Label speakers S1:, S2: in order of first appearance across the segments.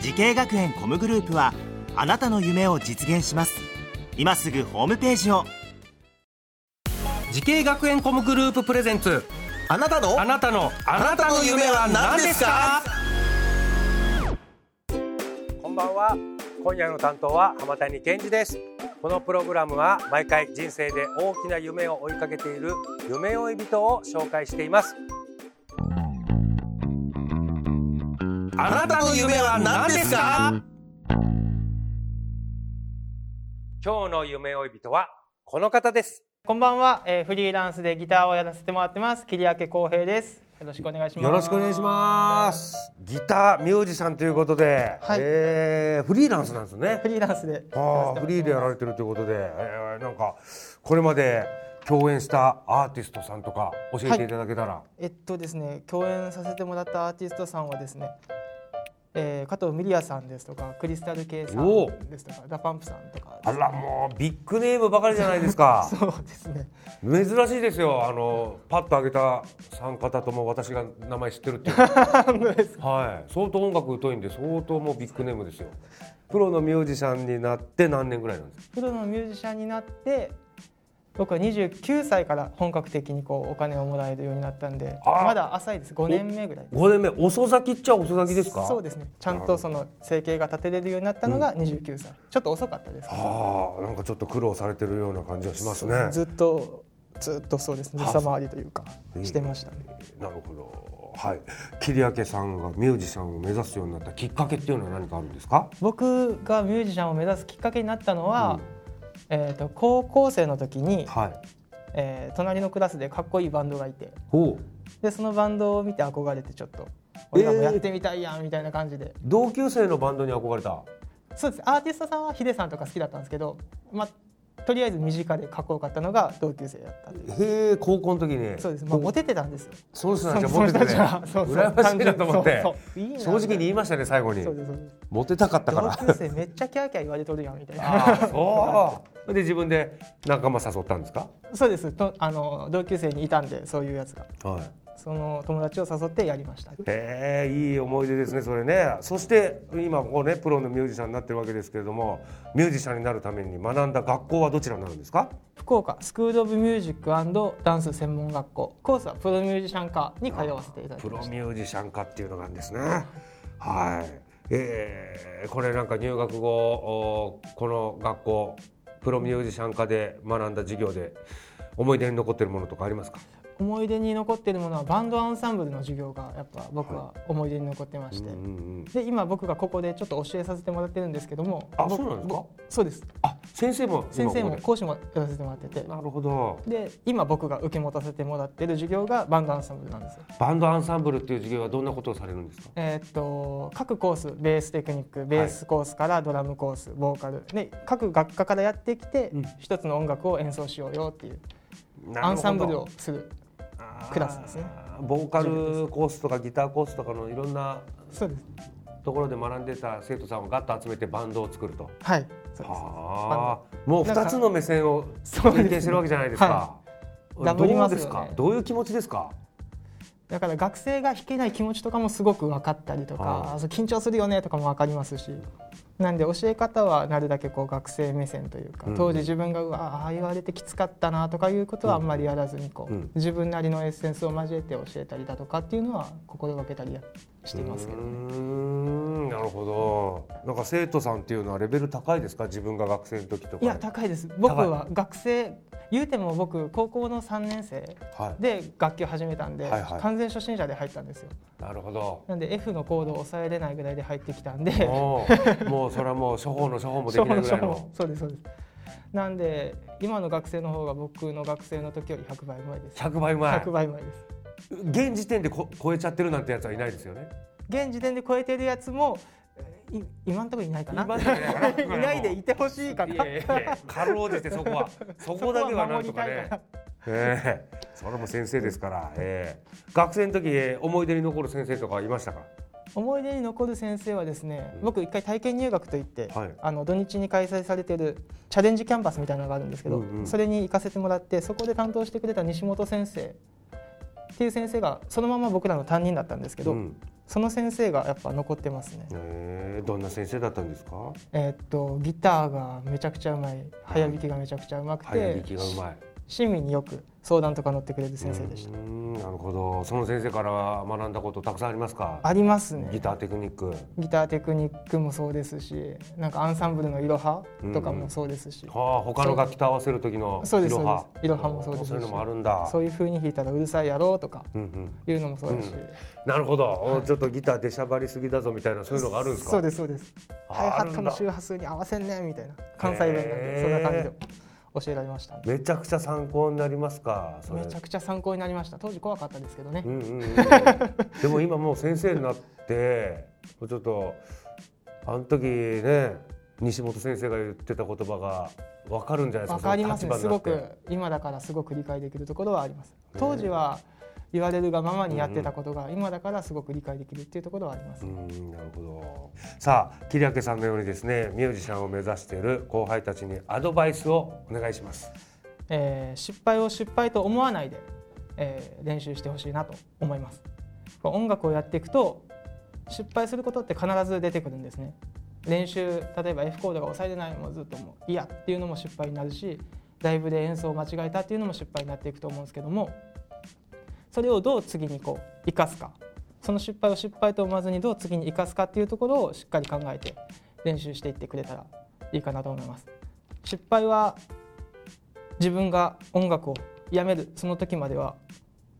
S1: 時系学園コムグループはあなたの夢を実現します今すぐホームページを
S2: 時系学園コムグループプレゼンツ
S3: あなたの
S2: あなたのあなたの夢は何ですか
S4: こんばんは。今夜の担当は浜谷健二です。このプログラムは毎回人生で大きな夢を追いかけている夢追い人を紹介しています。
S2: あなたの夢は何ですか
S4: 今日の夢追い人はこの方です。
S5: こんばんは、えーフリーランスでギターをやらせてもらってます桐明光平ですよろしくお願いします
S4: よろしくお願いします。ギターミュージシャンということで、
S5: はい
S4: えーフリーランスなんですね
S5: フ。リーランスで
S4: ああ、フリーでやられてるということで、えーなんかこれまで共演したアーティストさんとか教えていただけたら。
S5: えっとですね共演させてもらったアーティストさんはですね、えー、加藤ミリヤさんですとかクリスタル K さ
S4: おお
S5: んですとかダパンプさんとか
S4: あらもうビッグネームばかりじゃないですか
S5: そうですね
S4: 珍しいですよあのパッと上げた3方とも私が名前知ってるっ ていうはい相当音楽疎いんで相当もうビッグネームですよプロのミュージシャンになって何年ぐらいなんですか
S5: プロのミュージシャンになって僕は29歳から本格的にこうお金をもらえるようになったんで
S4: あー
S5: まだ浅いです5年目ぐらい
S4: 5年目遅咲きっちゃ遅咲きですか
S5: そうですねちゃんとその生計が立てれるようになったのが29歳、ちょっと遅かったですけど
S4: ああなんかちょっと苦労されてるような感じがしますね
S5: ずっとずっとそうですね
S4: あ
S5: 下回りというか
S4: うん
S5: してましたね。
S4: なるほどはい桐明さんがミュージシャンを目指すようになったきっかけっていうのは何かあるんですか
S5: 僕がミュージシャンを目指すきっかけになったのは、えっ、と高校生の時に、
S4: はい
S5: えー隣のクラスでかっこいいバンドがいて、
S4: ほう
S5: でそのバンドを見て憧れてちょっと俺らもやってみたいやんみたいな感じで、
S4: 同級生のバンドに憧れた
S5: そうです。アーティストさんはヒデさんとか好きだったんですけど、まあとりあえず身近でかっこよかったのが同級生だったんで。
S4: へえ高校の時に
S5: そうです。まあモテてたんですよ。
S4: その人た
S5: そ
S4: ちは
S5: のそ
S4: モ
S5: の
S4: テ
S5: 人
S4: て
S5: た
S4: ね
S5: ちはそうそう
S4: 羨ましいなと思って
S5: 単純にそうそういいな
S4: 正直に言いましたね最後に
S5: そうですそうです。
S4: モテたかったから
S5: 同級生めっちゃキャーキャー言われとるやんみたいな
S4: ああそうで自分で仲間誘ったんですか
S5: そうですとあの同級生にいたんでそういうやつが
S4: はい
S5: その友達を誘ってやりました
S4: へえいい思い出ですねそれねそして今こうねプロのミュージシャンになってるわけですけれどもミュージシャンになるために学んだ学校はどちらになるんですか
S5: 福岡スクール・オブ・ミュージックダンス専門学校コースはプロミュージシャン科に通わせていただき
S4: プロ
S5: ました
S4: ミュージシャン科っていうのがあるんですねはいえー、これなんか入学後おこの学校プロミュージシャン科で学んだ授業で思い出に残ってるものとかありますか
S5: 思い出に残っているものはバンドアンサンブルの授業がやっぱ僕は思い出に残ってまして、
S4: うんうん
S5: で今僕がここでちょっと教えさせてもらってるんですけども
S4: あそうなんですか
S5: そうです
S4: あ先生も今
S5: 先生
S4: こ
S5: も
S4: こ
S5: 講師もやらせてもらってて
S4: でなるほど
S5: で今僕が受け持たせてもらってる授業がバンドアンサンブルなんですよ
S4: バンドアンサンブルっていう授業はどんなことをされるんですか
S5: えーっと各コースベーステクニックベースコースからドラムコースボーカルで各学科からやってきて
S4: うん
S5: 一つの音楽を演奏しようよっていうアンサンブルをするクラスですね
S4: あーボーカルコースとかギターコースとかのいろんな
S5: そうです
S4: ところで学んでた生徒さんをガッと集めてバンドを作ると
S5: はいそうです
S4: はあもう二つの目線を
S5: そうです
S4: 運
S5: ね
S4: 転してるわけじゃないですか。
S5: いダブり
S4: ど
S5: ま
S4: う
S5: す
S4: で
S5: よね
S4: すか。どういう気持ちですか。
S5: だから学生が弾けない気持ちとかもすごく分かったりと
S4: あ
S5: か
S4: ー
S5: あそう緊張するよねとかも分かりますしなんで教え方はなるだけこう学生目線というか
S4: うん
S5: 当時自分がうわああ言われてきつかったなとかいうことはあんまりやらずにこう
S4: うん
S5: 自分なりのエッセンスを交えて教えたりだとかっていうのは心がけたりしていますけど
S4: うー
S5: ね。
S4: んなるほど。なんか生徒さんっていうのはレベル高いですか。自分が学生の時とか。
S5: いや高いです僕は学生言うても僕高校の3年生
S4: はい
S5: で楽器を始めたんで、
S4: はいはい
S5: 完全初心者で入ったんですよ
S4: なるほど。
S5: なんで F のコードを抑えれないぐらいで入ってきたんで
S4: もうもうそれはもう処方の処方もできな
S5: 初歩
S4: いぐらい
S5: 初
S4: の
S5: 歩。そうですそうですなんで今の学生の方が僕の学生の時より100倍前です
S4: 100倍前
S5: 100。倍前です
S4: 現時点でこ超えちゃってるなんてやつはいないですよね。
S5: 現時点で超えてるやつもえーい今のところいないかな。
S4: 今のところいないかな
S5: い ないでいてほしいか
S4: いや
S5: な。
S4: いやいやかろうじてそこ はそこだけはなんとかね
S5: そこは守りたいから
S4: ええそれも先生ですから、ええ学生の時ええ思い出に残る先生とかいましたか
S5: 思い出に残る先生はですね、僕一回体験入学といって、
S4: はい
S5: あの土日に開催されているチャレンジキャンパスみたいなのがあるんですけど、
S4: うんうん
S5: それに行かせてもらってそこで担当してくれた西本先生っていう先生がそのまま僕らの担任だったんですけど、
S4: うん
S5: その先生がやっぱ残ってますね、
S4: ええどんな先生だったんですか
S5: えーっとギターがめちゃくちゃうまい早弾きがめちゃくちゃうまくて、
S4: 早弾きがうまい
S5: 市民によく相談とか乗ってくれる先生でした、
S4: うーんなるほどその先生から学んだことたくさんありますか
S5: ありますね
S4: ギターテクニック
S5: ギターテクニックもそうですしなんかアンサンブルの「いろは」とかもそうですし、
S4: はあ他の楽器と合わせる時の
S5: そう
S4: い
S5: です
S4: ろは
S5: そうですいろはもそうですし
S4: そういうのもあるんだ
S5: そういう風に弾いたらうるさいやろうとか
S4: うんうん
S5: いうのもそうだし、
S4: なるほど、おちょっとギター出しゃばりすぎだぞみたいなそういうのがあるんですか
S5: そうですそうです
S4: あ
S5: ハイハットの
S4: あるん
S5: 周波数に合わせんねみたいな関西弁なん
S4: へー
S5: でそんな感じで教えられましたね
S4: だめちゃくちゃ参考になりますかそれ
S5: めちゃくちゃ参考になりました当時怖かったですけどね
S4: うんうんうん、でも今もう先生になってもうちょっとあの時ね西本先生が言ってた言葉が分かるんじゃないで
S5: わ
S4: すか
S5: かります
S4: その
S5: ねす
S4: 立場
S5: ご
S4: になって
S5: く今だからすごく理解できるところはあります当時は言われるがままにやってたことが今だからすごく理解できるっていうところはあります、
S4: うんなるほどさあ桐明さんのようにですねミュージシャンを目指している後輩たちにアドバイスをお願いします
S5: えー失敗を失敗と思わないで、えー練習してほしいなと思いますこう音楽をやっていくと失敗することって必ず出てくるんですね練習例えば F コードが押さえてないもうずっともういやっていうのも失敗になるしライブで演奏を間違えたっていうのも失敗になっていくと思うんですけどもそれをどう次にこう生かすかその失敗を失敗と思わずにどう次に生かすかっていうところをしっかり考えて練習していってくれたらいいかなと思います失敗は自分が音楽をやめるその時までは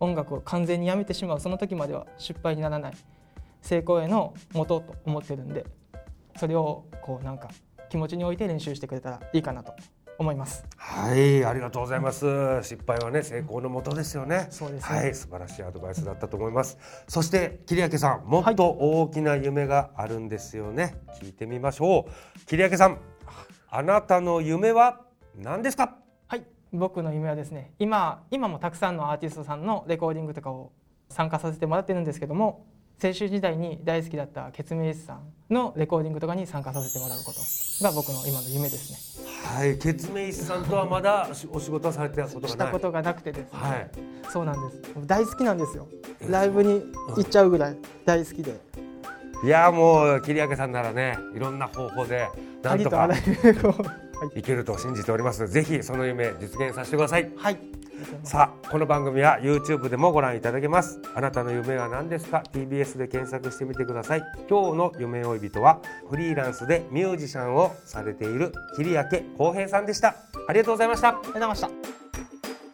S5: 音楽を完全にやめてしまうその時までは失敗にならない成功への元と思ってるんでそれをこうなんか気持ちに置いて練習してくれたらいいかなと思います
S4: はいありがとうございます失敗はね成功のもとですよね
S5: そうですね
S4: はい素晴らしいアドバイスだったと思いますそして桐明さんもっと大きな夢があるんですよね、聞いてみましょう桐明さんあなたの夢は何ですか
S5: はい僕の夢はですね今今もたくさんのアーティストさんのレコーディングとかを参加させてもらってるんですけども青春時代に大好きだったケツメイシさんのレコーディングとかに参加させてもらうことが僕の今の夢ですね
S4: はい、ケツメイシさんとはまだお仕事はされてたことが
S5: し
S4: ない
S5: たことがなくてですね、
S4: はい
S5: そうなんです大好きなんですよライブに行っちゃうぐらい大好きで
S4: いやもう桐明さんならねいろんな方法でな
S5: あ
S4: ん
S5: り
S4: と
S5: とあ
S4: から
S5: ゆるこうはい
S4: いけると信じておりますぜひその夢実現させてください
S5: はい
S4: さあこの番組は YouTube でもご覧いただけますあなたの夢は何ですか TBS で検索してみてください今日の夢追い人はフリーランスでミュージシャンをされている桐明光平さんでしたありがとうございました
S5: ありがとうございました